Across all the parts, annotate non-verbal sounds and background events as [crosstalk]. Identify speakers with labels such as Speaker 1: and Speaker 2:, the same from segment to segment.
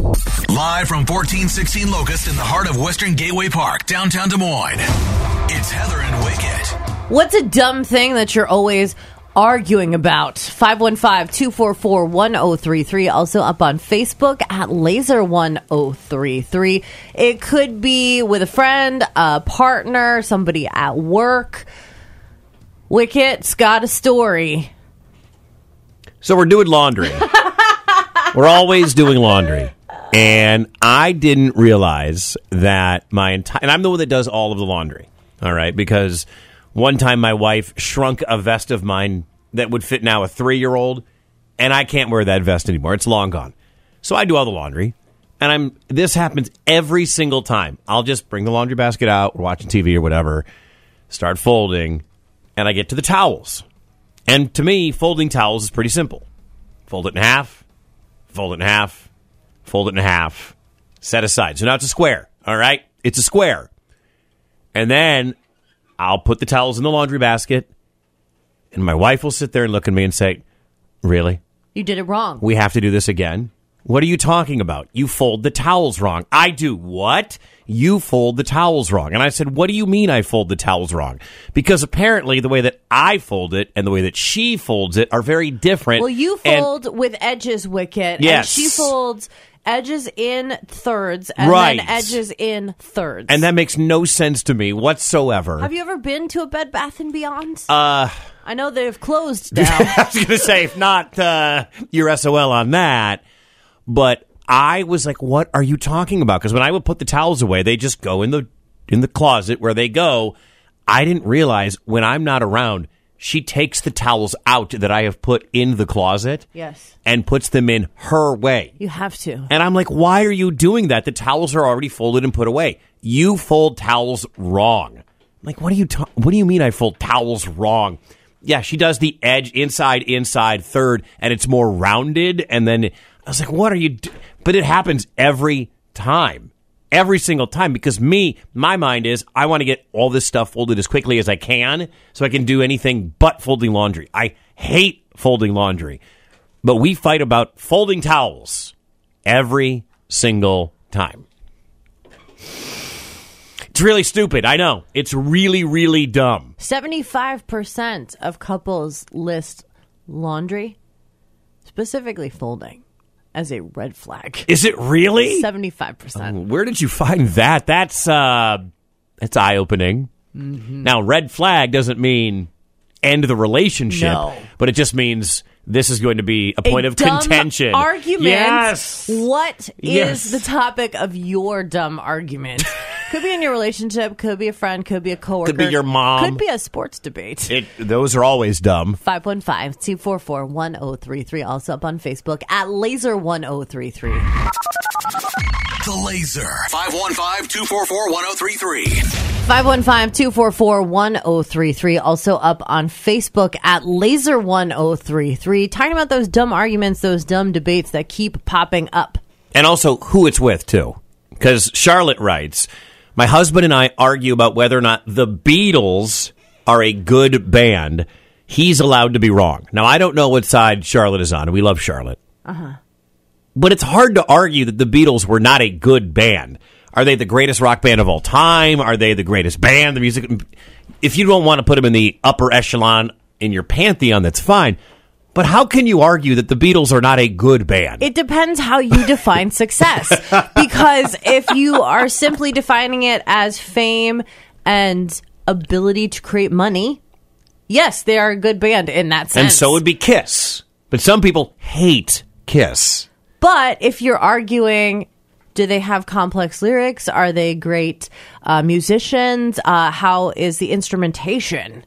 Speaker 1: Live from 1416 Locust in the heart of Western Gateway Park, downtown Des Moines. It's Heather and Wicket.
Speaker 2: What's a dumb thing that you're always arguing about? 515-244-1033. Also up on Facebook at laser1033. It could be with a friend, a partner, somebody at work. Wicket's got a story.
Speaker 3: So we're doing laundry. we're always doing laundry. And I didn't realize that my entire and I'm the one that does all of the laundry. All right, because one time my wife shrunk a vest of mine that would fit now a 3-year-old and I can't wear that vest anymore. It's long gone. So I do all the laundry. And I'm this happens every single time. I'll just bring the laundry basket out, we're watching TV or whatever, start folding, and I get to the towels. And to me, folding towels is pretty simple. Fold it in half, fold it in half, fold it in half, set aside. So now it's a square, all right? It's a square. And then I'll put the towels in the laundry basket, and my wife will sit there and look at me and say, Really?
Speaker 2: You did it wrong.
Speaker 3: We have to do this again? What are you talking about? You fold the towels wrong. I do what? You fold the towels wrong. And I said, What do you mean I fold the towels wrong? Because apparently the way that I fold it and the way that she folds it are very different.
Speaker 2: Well, you
Speaker 3: And-
Speaker 2: fold with edges, Wicket. And
Speaker 3: Yes.
Speaker 2: she folds edges in thirds and
Speaker 3: Right.
Speaker 2: then edges in thirds.
Speaker 3: And that makes no sense to me whatsoever.
Speaker 2: Have you ever been to a Bed Bath and Beyond? Uh, I know they've
Speaker 3: [laughs]
Speaker 2: closed now.
Speaker 3: I was going to say, if not, uh, you're SOL on that. But I was like, what are you talking about? Because when I would put the towels away, they just go in the in the closet where they go. I didn't realize when I'm not around, she takes the towels out that I have put in the closet
Speaker 2: yes,
Speaker 3: and puts them in her way.
Speaker 2: you have to.
Speaker 3: And I'm like, why are you doing that? The towels are already folded and put away. You fold towels wrong. I'm like, what do you ta- what do you mean I fold towels wrong? Yeah, she does the edge inside, inside, third, and it's more rounded. And then I was like, what are you? Do-? But it happens every time, every single time. Because me, my mind is, I want to get all this stuff folded as quickly as I can, so I can do anything but folding laundry. I hate folding laundry, but we fight about folding towels every single time. It's really stupid. I know. It's really, really dumb.
Speaker 2: Seventy-five percent of couples list laundry, specifically folding, as a red flag.
Speaker 3: Is it really?
Speaker 2: Seventy-five percent.
Speaker 3: Where did you find that? That's uh, that's eye opening.
Speaker 2: Mm-hmm.
Speaker 3: Now, red flag doesn't mean end the relationship,
Speaker 2: No.
Speaker 3: but it just means this is going to be a Oh, point of contention.
Speaker 2: Argument.
Speaker 3: Yes.
Speaker 2: What is
Speaker 3: Yes.
Speaker 2: the topic of your dumb
Speaker 3: [laughs]
Speaker 2: argument? could be in your relationship. Could be a friend. Could be a coworker.
Speaker 3: your mom.
Speaker 2: Could be a sports debate.
Speaker 3: It, those are always dumb.
Speaker 2: 515-244-1033 also up on facebook at laser1033
Speaker 1: The Laser. 515-244-1033.
Speaker 2: 515-244-1033 also up on facebook at laser1033 talking about those dumb arguments those dumb debates that keep popping up
Speaker 3: and also who it's with too. Because Charlotte writes, my husband and I argue about whether or not the Beatles are a good band. He's allowed to be wrong. Now I don't know what side Charlotte is on. and We love Charlotte, but it's hard to argue that the Beatles were not a good band. Are they the greatest rock band of all time? Are they the greatest band? The music. If you don't want to put them in the upper echelon in your pantheon, that's fine. But how can you argue that the Beatles are not a good band?
Speaker 2: it depends how you [laughs] define success because if you are simply defining it as fame and ability to create money yes they are a good band in that sense
Speaker 3: And so would be Kiss. But some people hate Kiss.
Speaker 2: But if you're arguing, do they have complex lyrics? Are they great uh, musicians? Uh, how is the instrumentation?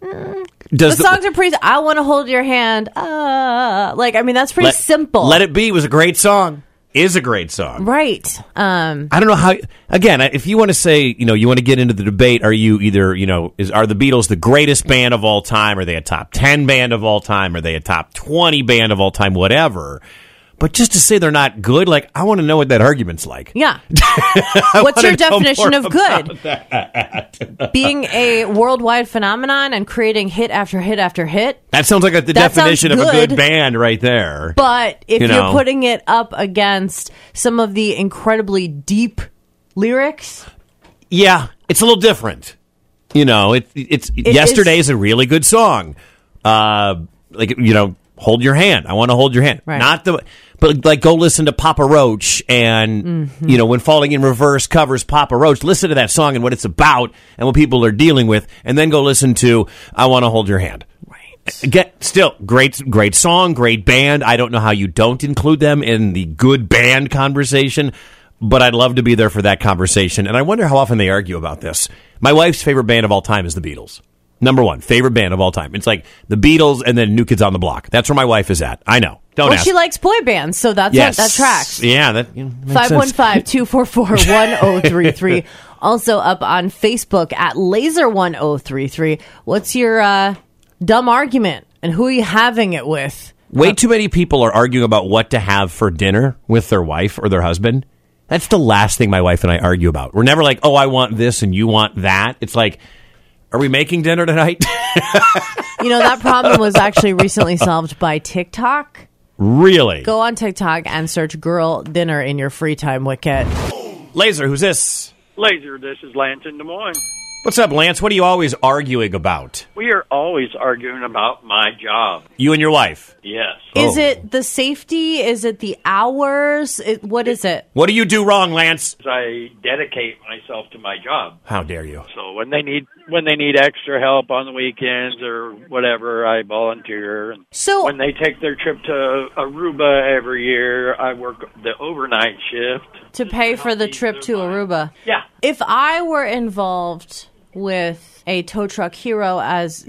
Speaker 2: The
Speaker 3: Does
Speaker 2: songs are pretty. I want to hold your hand. Uh, like I mean, that's pretty
Speaker 3: let,
Speaker 2: simple.
Speaker 3: Let It Be was a great song. Is a great song.
Speaker 2: right. Um,
Speaker 3: I don't know how. Again, if you want to say, you know, you want to get into the debate, are you either, you know, is are the Beatles the greatest band of all time? Are they a top ten band of all time? Are they a top twenty band of all time? Whatever. But just to say they're not good, like I want to know what that argument's like. [laughs]
Speaker 2: Yeah. What's your
Speaker 3: wanna know
Speaker 2: definition
Speaker 3: more
Speaker 2: of good?
Speaker 3: [laughs]
Speaker 2: Being a worldwide phenomenon and creating hit after hit after hit.
Speaker 3: That sounds like a, the
Speaker 2: That sounds
Speaker 3: definition of a
Speaker 2: good.
Speaker 3: good band right there.
Speaker 2: But if
Speaker 3: You
Speaker 2: you are
Speaker 3: know.
Speaker 2: putting it up against some of the incredibly deep lyrics,
Speaker 3: yeah, it's a little different. You know, it, it's yesterday's a really good song. Uh, like you know, hold your hand. I want to hold your hand.
Speaker 2: Right.
Speaker 3: Not the, but like go listen to Papa Roach and you know when Falling in Reverse covers Papa Roach. Listen to that song and what it's about and what people are dealing with, and then go listen to I Want to Hold Your Hand.
Speaker 2: right?
Speaker 3: Get still great, great song, great band. I don't know how you don't include them in the good band conversation, but I'd love to be there for that conversation. And I wonder how often they argue about this. My wife's favorite band of all time is the Beatles. Number one, favorite band of all time. It's like the Beatles and then New Kids on the Block. That's where my wife is at. I know. Don't
Speaker 2: Well,
Speaker 3: ask.
Speaker 2: she likes boy bands, so that's
Speaker 3: yes,
Speaker 2: that tracks.
Speaker 3: Yeah, that you know, makes sense. [laughs]
Speaker 2: 515-244-1033. also up on Facebook at Laser1033. What's your uh, dumb argument and who are you having it with?
Speaker 3: Way too many people are arguing about what to have for dinner with their wife or their husband. That's the last thing my wife and I argue about. We're never like, oh, I want this and you want that. It's like, are we making dinner tonight? [laughs]
Speaker 2: You know, that problem was actually recently solved by TikTok.
Speaker 3: really?
Speaker 2: Go on TikTok and search girl dinner in your free time wicket.
Speaker 3: Oh. Laser, who's this?
Speaker 4: Laser, this is Lance in Des Moines.
Speaker 3: What's up, Lance? What are you always arguing about?
Speaker 4: We are always arguing about my job.
Speaker 3: You and your wife.
Speaker 4: Yes.
Speaker 2: Is
Speaker 3: Oh.
Speaker 2: it the safety? Is it the hours? It, what is it?
Speaker 3: What do you do wrong, Lance?
Speaker 4: I dedicate myself to my job.
Speaker 3: How dare you?
Speaker 4: So when they need when they need extra help on the weekends or whatever, I volunteer. And
Speaker 2: So
Speaker 4: when they take their trip to Aruba every year, I work the overnight shift.
Speaker 2: to pay for the trip to Aruba.
Speaker 4: Yeah.
Speaker 2: If I were involved with a tow truck hero
Speaker 3: [laughs]
Speaker 2: as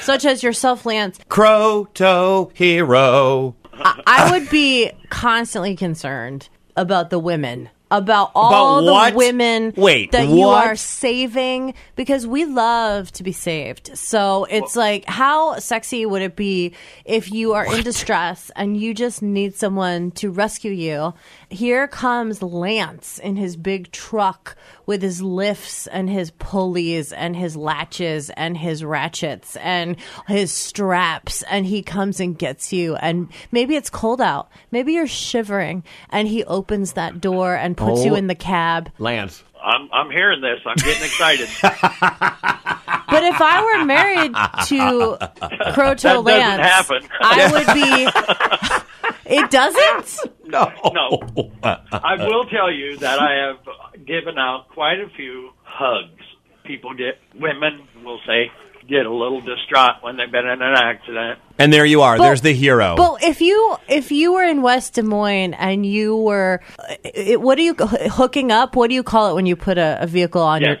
Speaker 2: such as yourself, Lance,
Speaker 3: Crow toe hero.
Speaker 2: I, I would be constantly concerned about the women. About all
Speaker 3: About
Speaker 2: the
Speaker 3: what?
Speaker 2: women
Speaker 3: Wait,
Speaker 2: that you
Speaker 3: what?
Speaker 2: are saving because we love to be saved. So it's like, how sexy would it be if you are in distress and you just need someone to rescue you? Here comes Lance in his big truck with his lifts and his pulleys and his latches and his ratchets and his straps, and he comes and gets you. And maybe it's cold out, maybe you're shivering, and he opens that door and puts you
Speaker 3: Oh.
Speaker 2: in the cab.
Speaker 3: Lance.
Speaker 4: I'm I'm hearing this. I'm getting excited.
Speaker 2: But if I were married to Croto
Speaker 4: That doesn't
Speaker 2: Lance,
Speaker 4: happen.
Speaker 2: I would
Speaker 4: [laughs]
Speaker 2: be. It doesn't.
Speaker 4: no, I will tell you that I have given out quite a few hugs. People get women will say get a little distraught when they've been in an accident.
Speaker 3: And there you are. There's the hero.
Speaker 2: Well, if you if you were in West Des Moines and you were, it, what do you hooking up? What do you call it when you put a, a vehicle on
Speaker 4: Yes.
Speaker 2: your?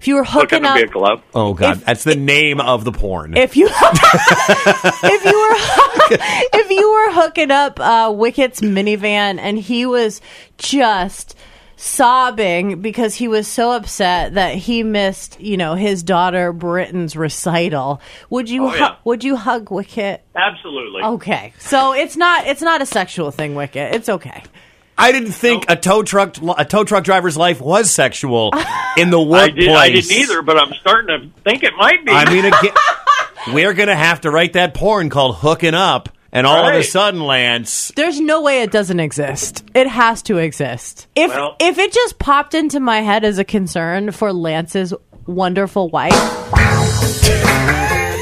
Speaker 2: If you were hooking
Speaker 4: Hooking a
Speaker 2: up,
Speaker 4: vehicle up.
Speaker 3: oh, God.
Speaker 2: if-
Speaker 3: That's the name of the porn.
Speaker 2: if you [laughs] if you were [laughs] if you were hooking up uh, Wicket's minivan and he was just sobbing because he was so upset that he missed you know his daughter Britton's recital. Would you hu-
Speaker 4: Oh, yeah.
Speaker 2: would you hug Wicket?
Speaker 4: Absolutely.
Speaker 2: Okay, so it's not it's not a sexual thing, Wicket. It's okay.
Speaker 3: I didn't think a tow truck a tow truck driver's life was sexual in the
Speaker 4: [laughs] I,
Speaker 3: workplace.
Speaker 4: did, I didn't either, but I'm starting to think it might be.
Speaker 3: I mean, again,
Speaker 4: [laughs]
Speaker 3: we're gonna have to write that porn called "Hooking Up," and all of a
Speaker 4: Right.
Speaker 3: sudden, Lance,
Speaker 2: There's no way it doesn't exist. It has to exist. If
Speaker 4: Well-
Speaker 2: if it just popped into my head as a concern for Lance's wonderful wife,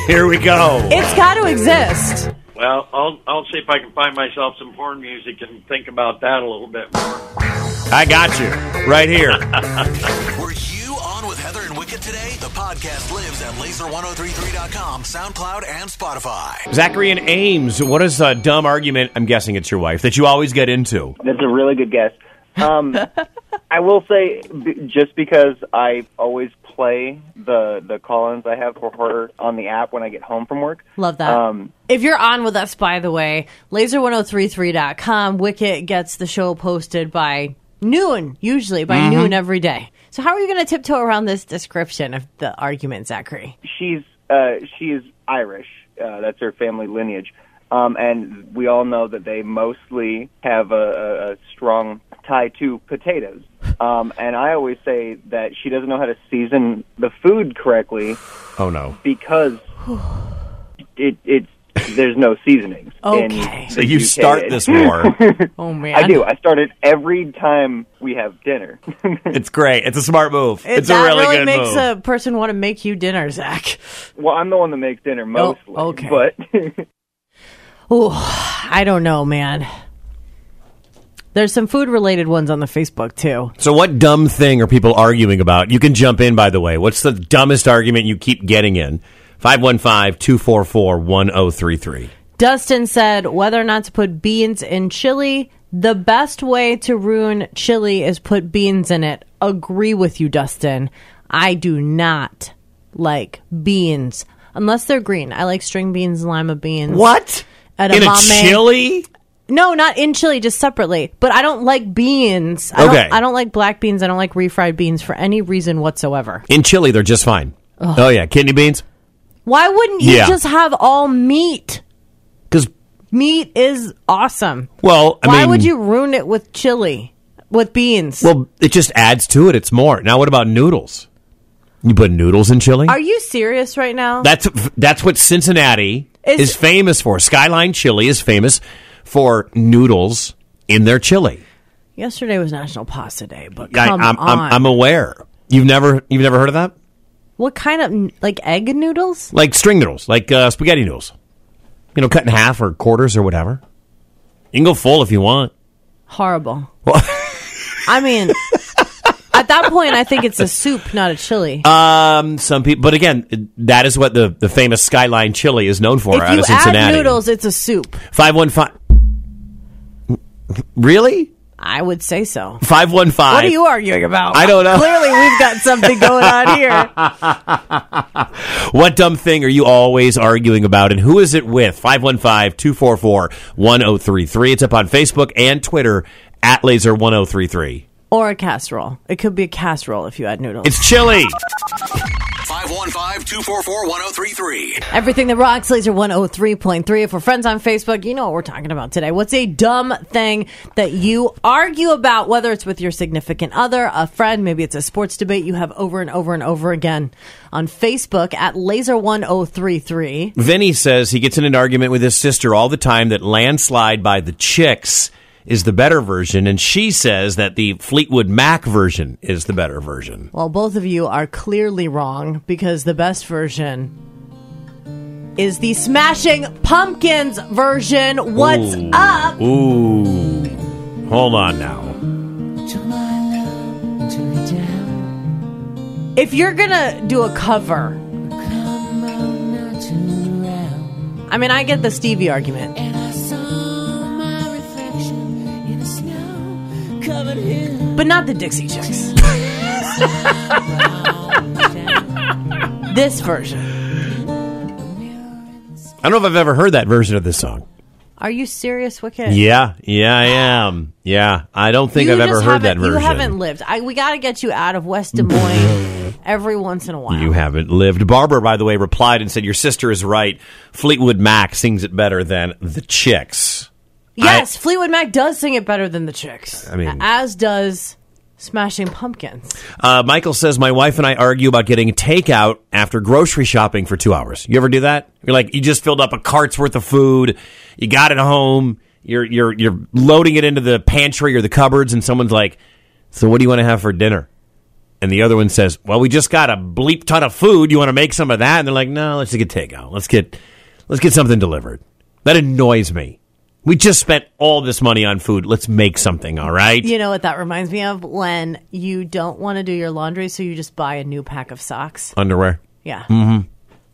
Speaker 3: here we go.
Speaker 2: it's got to exist.
Speaker 4: well, I'll I'll see if I can find myself some porn music and think about that a little bit more.
Speaker 3: I got you right
Speaker 4: [laughs]
Speaker 3: here.
Speaker 1: Were you on with Heather and Wicket today? The podcast lives at laser1033.com, SoundCloud, and Spotify.
Speaker 3: Zachary and Ames, what is a dumb argument? I'm guessing it's your wife that you always get into.
Speaker 5: That's a really good guess. Um, I will say, b- just because I always play the the call-ins I have for her on the app when I get home from work.
Speaker 2: Love that.
Speaker 5: Um,
Speaker 2: if you're on with us, by the way, laser1033.com, Wicket gets the show posted by noon, usually by noon every day. So, how are you going to tiptoe around this description of the argument, Zachary?
Speaker 5: she's uh, she is Irish. Uh, that's her family lineage. Um, and we all know that they mostly have a, a, a strong tie to potatoes. Um, and I always say that she doesn't know how to season the food correctly
Speaker 3: Oh no.
Speaker 5: because it it's there's no seasonings. in
Speaker 2: [laughs] Okay.
Speaker 5: the
Speaker 3: So you
Speaker 5: UK.
Speaker 3: start this
Speaker 4: [laughs]
Speaker 3: war.
Speaker 2: Oh man,
Speaker 5: I do. I start it every time we have dinner. [laughs]
Speaker 3: it's great. It's a smart move.
Speaker 2: It,
Speaker 3: it's
Speaker 2: that
Speaker 3: a really,
Speaker 2: really
Speaker 3: good
Speaker 2: makes
Speaker 3: move.
Speaker 2: a person want to make you dinner, Zach.
Speaker 5: well, I'm the one that makes dinner mostly.
Speaker 2: Oh, okay.
Speaker 5: But
Speaker 2: Ooh, I don't know, man. There's some food related ones on the Facebook too.
Speaker 3: so what dumb thing are people arguing about? You can jump in by the way. What's the dumbest argument you keep getting in? 515-244-1033.
Speaker 2: Dustin said whether or not to put beans in chili. The best way to ruin chili is put beans in it. Agree with you, Dustin. I do not like beans unless they're green. I like string beans, lima beans.
Speaker 3: What? In a
Speaker 2: Edamame.
Speaker 3: chili?
Speaker 2: No, not in chili, just separately. But I don't like beans. I
Speaker 3: Okay.
Speaker 2: Don't, I don't like black beans. I don't like refried beans for any reason whatsoever.
Speaker 3: In chili they're just fine. Oh yeah, kidney beans?
Speaker 2: Why wouldn't you
Speaker 3: Yeah.
Speaker 2: just have all meat?
Speaker 3: Cuz
Speaker 2: Meat is awesome.
Speaker 3: well, I
Speaker 2: Why
Speaker 3: mean
Speaker 2: would you ruin it with chili? With beans?
Speaker 3: Well, it just adds to it. It's more. Now what about noodles? You put noodles in chili?
Speaker 2: Are you serious right now?
Speaker 3: That's that's what Cincinnati
Speaker 2: Is-
Speaker 3: is, famous for. Skyline Chili is famous for noodles in their chili.
Speaker 2: Yesterday was National Pasta Day, but
Speaker 3: I,
Speaker 2: come
Speaker 3: I'm,
Speaker 2: on.
Speaker 3: I'm I'm aware. You've never you've never heard of that?
Speaker 2: what kind of like egg noodles?
Speaker 3: Like string noodles, like uh, spaghetti noodles. You know, cut in half or quarters or whatever. You can go full if you want.
Speaker 2: Horrible. [laughs] I mean, at that point, I think it's a soup, not a chili.
Speaker 3: Um, some people, but again, that is what the, the famous Skyline Chili is known for
Speaker 2: if
Speaker 3: out
Speaker 2: you
Speaker 3: of
Speaker 2: add
Speaker 3: Cincinnati.
Speaker 2: noodles, it's a soup.
Speaker 3: five one five. Really?
Speaker 2: I would say so.
Speaker 3: Five one five.
Speaker 2: What are you arguing about?
Speaker 3: I don't know.
Speaker 2: Clearly, we've got something going
Speaker 3: [laughs]
Speaker 2: on here.
Speaker 3: What dumb thing are you always arguing about, and who is it with? 515 244 1033. It's up on Facebook and Twitter at laser1033.
Speaker 2: Or a casserole. It could be a casserole if you add noodles.
Speaker 3: It's chilly.
Speaker 1: 515-244-1033.
Speaker 2: Everything that rocks, Laser 103.3. If we're friends on Facebook, you know what we're talking about today. What's a dumb thing that you argue about, whether it's with your significant other, a friend, maybe it's a sports debate you have over and over and over again on Facebook at Laser 1033.
Speaker 3: Vinny says he gets in an argument with his sister all the time that Landslide by the Chicks is the better version, and she says that the Fleetwood Mac version is the better version.
Speaker 2: Well, both of you are clearly wrong because the best version is the Smashing Pumpkins version. What's
Speaker 3: Ooh.
Speaker 2: up?
Speaker 3: Ooh. Hold on now.
Speaker 2: If you're gonna do a cover, I mean, I get the Stevie argument. but not the Dixie Chicks. this version.
Speaker 3: I don't know if I've ever heard that version of this song.
Speaker 2: Are you serious, Wicked?
Speaker 3: Yeah, yeah, I am. Yeah, I don't think
Speaker 2: you
Speaker 3: I've
Speaker 2: just
Speaker 3: ever heard that
Speaker 2: haven't-
Speaker 3: version.
Speaker 2: You haven't lived. I, we got to get you out of West Des Moines every once in a while.
Speaker 3: You haven't lived. Barbara, by the way, replied and said, Your sister is right. Fleetwood Mac sings it better than the Chicks.
Speaker 2: yes, Fleetwood Mac does sing it better than the Chicks.
Speaker 3: I mean-
Speaker 2: as does Smashing Pumpkins.
Speaker 3: Uh, Michael says, My wife and I argue about getting takeout after grocery shopping for two hours. You ever do that? You're like, You just filled up a cart's worth of food. You got it home. You're, you're, you're loading it into the pantry or the cupboards, and someone's like, So what do you want to have for dinner? And the other one says, Well, we just got a bleep ton of food. You want to make some of that? And they're like, No, let's just get takeout. Let's get let's get something delivered. That annoys me. We just spent all this money on food. Let's make something, all right?
Speaker 2: You know what that reminds me of? When you don't want to do your laundry, so you just buy a new pack of socks.
Speaker 3: Underwear.
Speaker 2: Yeah.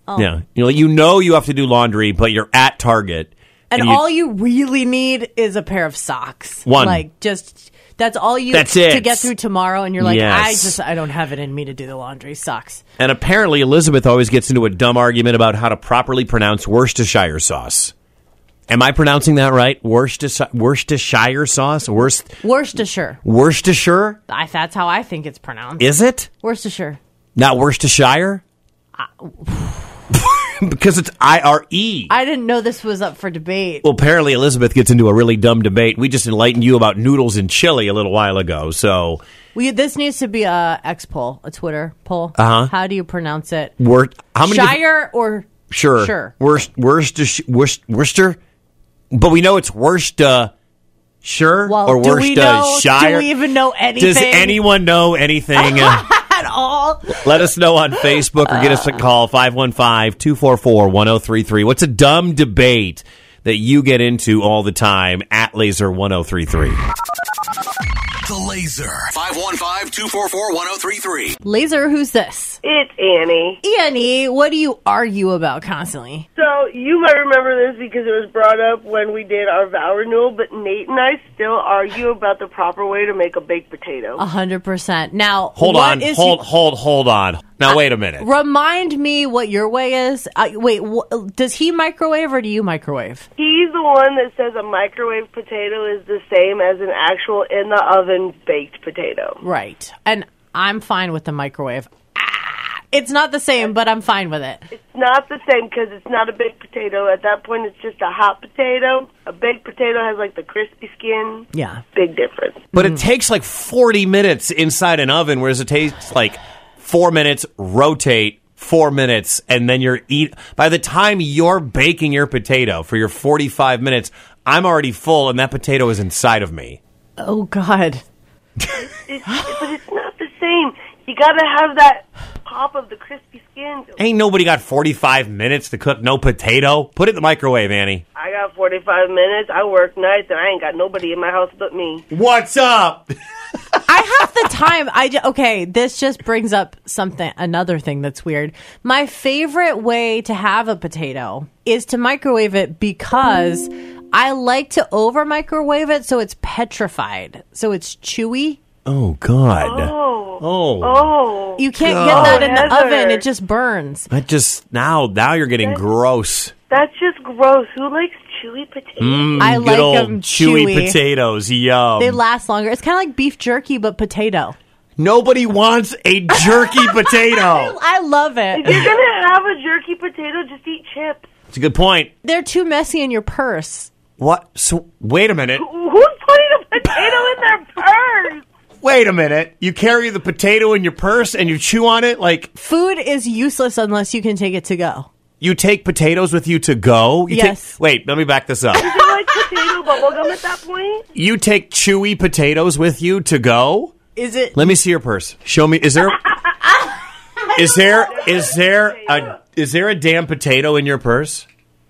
Speaker 2: Oh.
Speaker 3: Yeah. You know, you know you have to do laundry, but you're at Target.
Speaker 2: And all you really need is a pair of socks.
Speaker 3: One.
Speaker 2: Like just that's all you
Speaker 3: That's
Speaker 2: to
Speaker 3: it.
Speaker 2: get through tomorrow and you're like, I
Speaker 3: Yes.
Speaker 2: just I don't have it in me to do the laundry. Socks.
Speaker 3: and apparently Elizabeth always gets into a dumb argument about how to properly pronounce Worcestershire sauce. Am I pronouncing that right? Worcestershire, Worcestershire sauce? Worst,
Speaker 2: Worcestershire.
Speaker 3: Worcestershire?
Speaker 2: I, that's how I think it's pronounced.
Speaker 3: Is it?
Speaker 2: Worcestershire.
Speaker 3: Not Worcestershire? [laughs] because it's IRE.
Speaker 2: I didn't know this was up for debate.
Speaker 3: well, apparently Elizabeth gets into a really dumb debate. We just enlightened you about noodles in chili a little while ago. So
Speaker 2: We, this needs to be a X poll, a Twitter poll.
Speaker 3: Uh-huh.
Speaker 2: How do you pronounce it?
Speaker 3: we're how many? different-
Speaker 2: Shire or
Speaker 3: sure,
Speaker 2: Sure.
Speaker 3: Worcester, Worcester, Worcester, Worcester, but we know it's Worcester. Sure,
Speaker 2: well,
Speaker 3: or
Speaker 2: do we know?
Speaker 3: Worcestershire.
Speaker 2: Do we even know anything
Speaker 3: Does anyone know anything? Uh,
Speaker 2: [laughs] at all?
Speaker 3: Let us know on Facebook or get us a
Speaker 2: Uh.
Speaker 3: call 515-244-1033. What's a dumb debate that you get into all the time at Laser 1033?
Speaker 1: The Laser. 515 244 1033.
Speaker 2: Laser, who's this?
Speaker 6: It's Annie.
Speaker 2: Annie, what do you argue about constantly?
Speaker 6: So you might remember this because it was brought up when we did our vow renewal, but Nate and I still argue about the proper way to make a baked potato.
Speaker 2: A hundred percent. Now,
Speaker 3: Hold
Speaker 2: what
Speaker 3: on.
Speaker 2: is- Uh,
Speaker 3: Hold hold hold on. Now wait a minute.
Speaker 2: Remind me what your way is. Uh, wait, wh- does he microwave or do you microwave?
Speaker 6: He's the one that says a microwave potato is the same as an actual in the oven baked potato.
Speaker 2: Right. And I'm fine with the microwave. Ah, It's not the same, but I'm fine with it.
Speaker 6: It's not the same because it's not a baked potato. At that point, it's just a hot potato. A baked potato has like the crispy skin.
Speaker 2: Yeah.
Speaker 6: Big difference.
Speaker 3: But it takes like 40 minutes inside an oven whereas it takes like 4 minutes rotate 4 minutes and then you're eat by the time you're baking your potato for your 45 minutes, I'm already full and that potato is inside of me.
Speaker 2: Oh God.
Speaker 6: It's, but it's not the same. You gotta have that pop of the crispy skin.
Speaker 3: Ain't nobody got 45 minutes to cook no potato. Put it in the microwave, Annie.
Speaker 6: I got 45 minutes. I work nights, and I ain't got nobody in my house but me.
Speaker 3: What's up?
Speaker 2: I half the time I ju- okay. This just brings up something, another thing that's weird. My favorite way to have a potato is to microwave it because I like to over microwave it so it's petrified, so it's chewy.
Speaker 3: Oh, God.
Speaker 6: Oh.
Speaker 3: Oh.
Speaker 6: Oh.
Speaker 2: You can't
Speaker 3: God.
Speaker 2: get that in the
Speaker 6: Heather.
Speaker 2: oven; it just burns.
Speaker 3: That just, now, now you're getting gross.
Speaker 6: That's just gross. Who likes chewy potatoes?
Speaker 2: I like
Speaker 3: Good old
Speaker 2: them
Speaker 3: chewy,
Speaker 2: chewy.
Speaker 3: potatoes. Yum.
Speaker 2: They last longer. It's kind of like beef jerky, but potato.
Speaker 3: nobody wants a [laughs] jerky potato.
Speaker 2: I love
Speaker 6: If
Speaker 2: it. [laughs]
Speaker 6: you're gonna have a jerky potato, just eat chips.
Speaker 3: It's a good point.
Speaker 2: They're too messy in your purse.
Speaker 3: What? So, wait a minute.
Speaker 6: Who's putting a potato in their purse?
Speaker 3: Wait a minute. You carry the potato in your purse and you chew on it? Like,
Speaker 2: Food is useless unless you can take it to go.
Speaker 3: you take potatoes with you to go? You take-
Speaker 2: Yes.
Speaker 3: wait, let me back this [laughs] up.
Speaker 6: Do you like potato bubblegum at that point?
Speaker 3: you take chewy potatoes with you to go?
Speaker 2: Is it?
Speaker 3: Let me see your purse. Show me. Is [laughs] there? is there? Is there a? Is there a damn potato in your purse?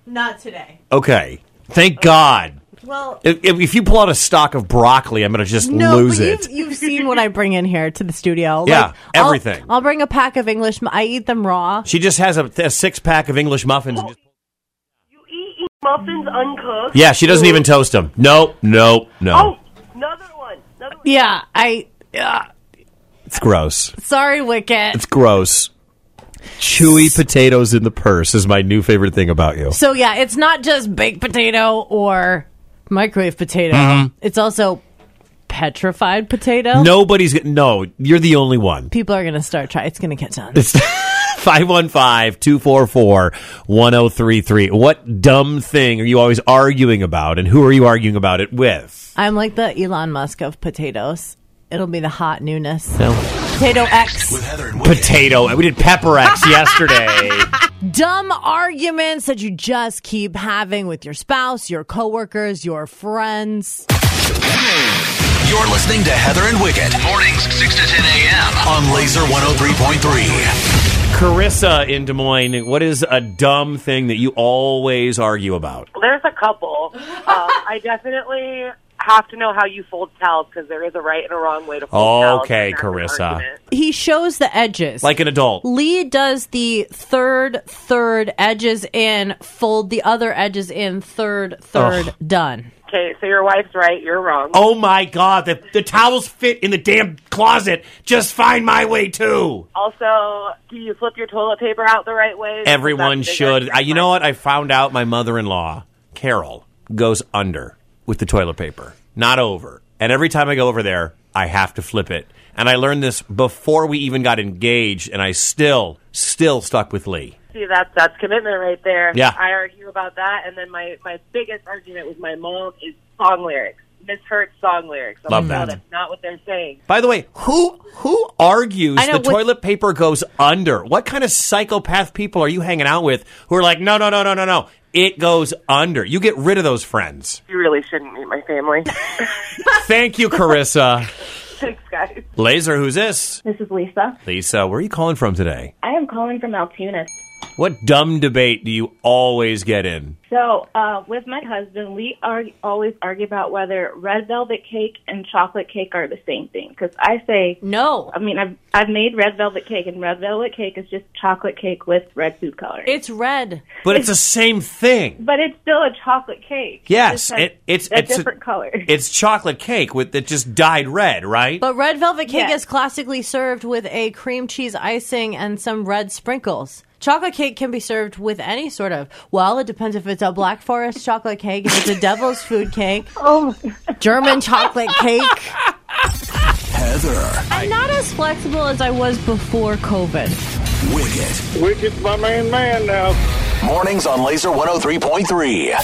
Speaker 2: Not today.
Speaker 3: Okay. Thank God.
Speaker 2: Well,
Speaker 3: If, if if you pull out a stock of broccoli, I'm gonna just
Speaker 2: no,
Speaker 3: lose
Speaker 2: but
Speaker 3: it.
Speaker 2: You've, you've seen what I bring in here to the studio.
Speaker 3: Yeah,
Speaker 2: I'll-
Speaker 3: everything.
Speaker 2: I'll, bring a pack of English. mu- I eat them raw.
Speaker 3: she just has a, a six pack of English muffins. And just,
Speaker 6: You eat muffins uncooked.
Speaker 3: yeah, she doesn't even toast them. Nope, nope, no.
Speaker 6: Oh, another one. Another one.
Speaker 2: Yeah, I. Yeah.
Speaker 3: It's gross.
Speaker 2: Sorry, Wicket.
Speaker 3: It's gross. Chewy potatoes in the purse is my new favorite thing about you.
Speaker 2: So yeah, it's not just baked potato or microwave potato.
Speaker 3: Mm-hmm.
Speaker 2: It's also petrified potato.
Speaker 3: Nobody's gonna. No, you're the only one.
Speaker 2: People are gonna start trying. It's gonna catch on.
Speaker 3: It's [laughs] 515-244-1033. What dumb thing are you always arguing about and who are you arguing about it with?
Speaker 2: I'm like the Elon Musk of potatoes. It'll be the hot newness.
Speaker 3: No.
Speaker 2: Potato X.
Speaker 1: With Heather and Wicket.
Speaker 3: Potato. We did pepper [laughs] X yesterday.
Speaker 2: dumb arguments that you just keep having with your spouse, your coworkers, your friends.
Speaker 1: You're listening to Heather and Wicket. Mornings 6 to 10 a.m. on Laser 103.3.
Speaker 3: Carissa in Des Moines, what is a dumb thing that you always argue about?
Speaker 7: There's a
Speaker 3: [laughs]
Speaker 7: couple. Um, I definitely have to know how you fold towels because there is a right and a wrong way to fold towels.
Speaker 3: Okay,
Speaker 7: and that's an
Speaker 3: Carissa.
Speaker 7: argument.
Speaker 2: He shows the edges.
Speaker 3: Like an adult.
Speaker 2: Lee does the third, third edges in, fold the other edges in, third, third, done.
Speaker 7: Okay, so your wife's right, you're wrong.
Speaker 3: Oh my god, the, the towels fit in the damn closet. Just find my way
Speaker 7: [laughs]
Speaker 3: too.
Speaker 7: Also, do you flip your toilet paper out the right way?
Speaker 3: Everyone
Speaker 7: That's a big
Speaker 3: should.
Speaker 7: argument.
Speaker 3: I, you know what? I found out my mother in law, Carol, goes under with the toilet paper, not over. And every time I go over there, I have to flip it. And I learned this before we even got engaged, and I still still stuck with Lee.
Speaker 7: See, that's that's commitment right there.
Speaker 3: Yeah.
Speaker 7: I argue about that, and then my my biggest argument with my mom is song lyrics, misheard song lyrics. I'm
Speaker 3: Love
Speaker 7: like,
Speaker 3: that.
Speaker 7: No, that's not what they're saying.
Speaker 3: By the way, who who argues
Speaker 2: I know,
Speaker 3: the
Speaker 2: what-
Speaker 3: toilet paper goes under? What kind of psychopath people are you hanging out with who are like, no, no, no, no, no, no, it goes under. You get rid of those friends.
Speaker 7: You really shouldn't meet my family. [laughs]
Speaker 3: Thank you, Carissa.
Speaker 7: Thanks, guys.
Speaker 3: Laser, who's this?
Speaker 6: This is Lisa.
Speaker 3: Lisa, where are you calling from today?
Speaker 6: I am calling from Altoona.
Speaker 3: What dumb debate do you always get in?
Speaker 6: So, uh, with my husband, we are always argue about whether red velvet cake and chocolate cake are the same thing. Because I say,
Speaker 2: No,
Speaker 6: I mean, I've I've made red velvet cake, and red velvet cake is just chocolate cake with red food coloring.
Speaker 2: it's red.
Speaker 3: But it's the same thing.
Speaker 6: but it's still a chocolate cake. It
Speaker 3: Yes,
Speaker 6: just has
Speaker 3: it- it's-
Speaker 6: a
Speaker 3: it's a-
Speaker 6: different color.
Speaker 3: It's chocolate cake with that just dyed red, right?
Speaker 2: But red velvet cake
Speaker 6: Yeah.
Speaker 2: is classically served with a cream cheese icing and some red sprinkles. Chocolate cake can be served with any sort of. Well, it depends if it's a Black Forest chocolate cake, if it's a Devil's Food cake,
Speaker 6: oh,
Speaker 2: German chocolate cake.
Speaker 1: Heather,
Speaker 2: I'm not as flexible as I was before COVID.
Speaker 1: Wicket.
Speaker 8: Wicked's my main man now.
Speaker 1: oh Mornings on Laser 103.3.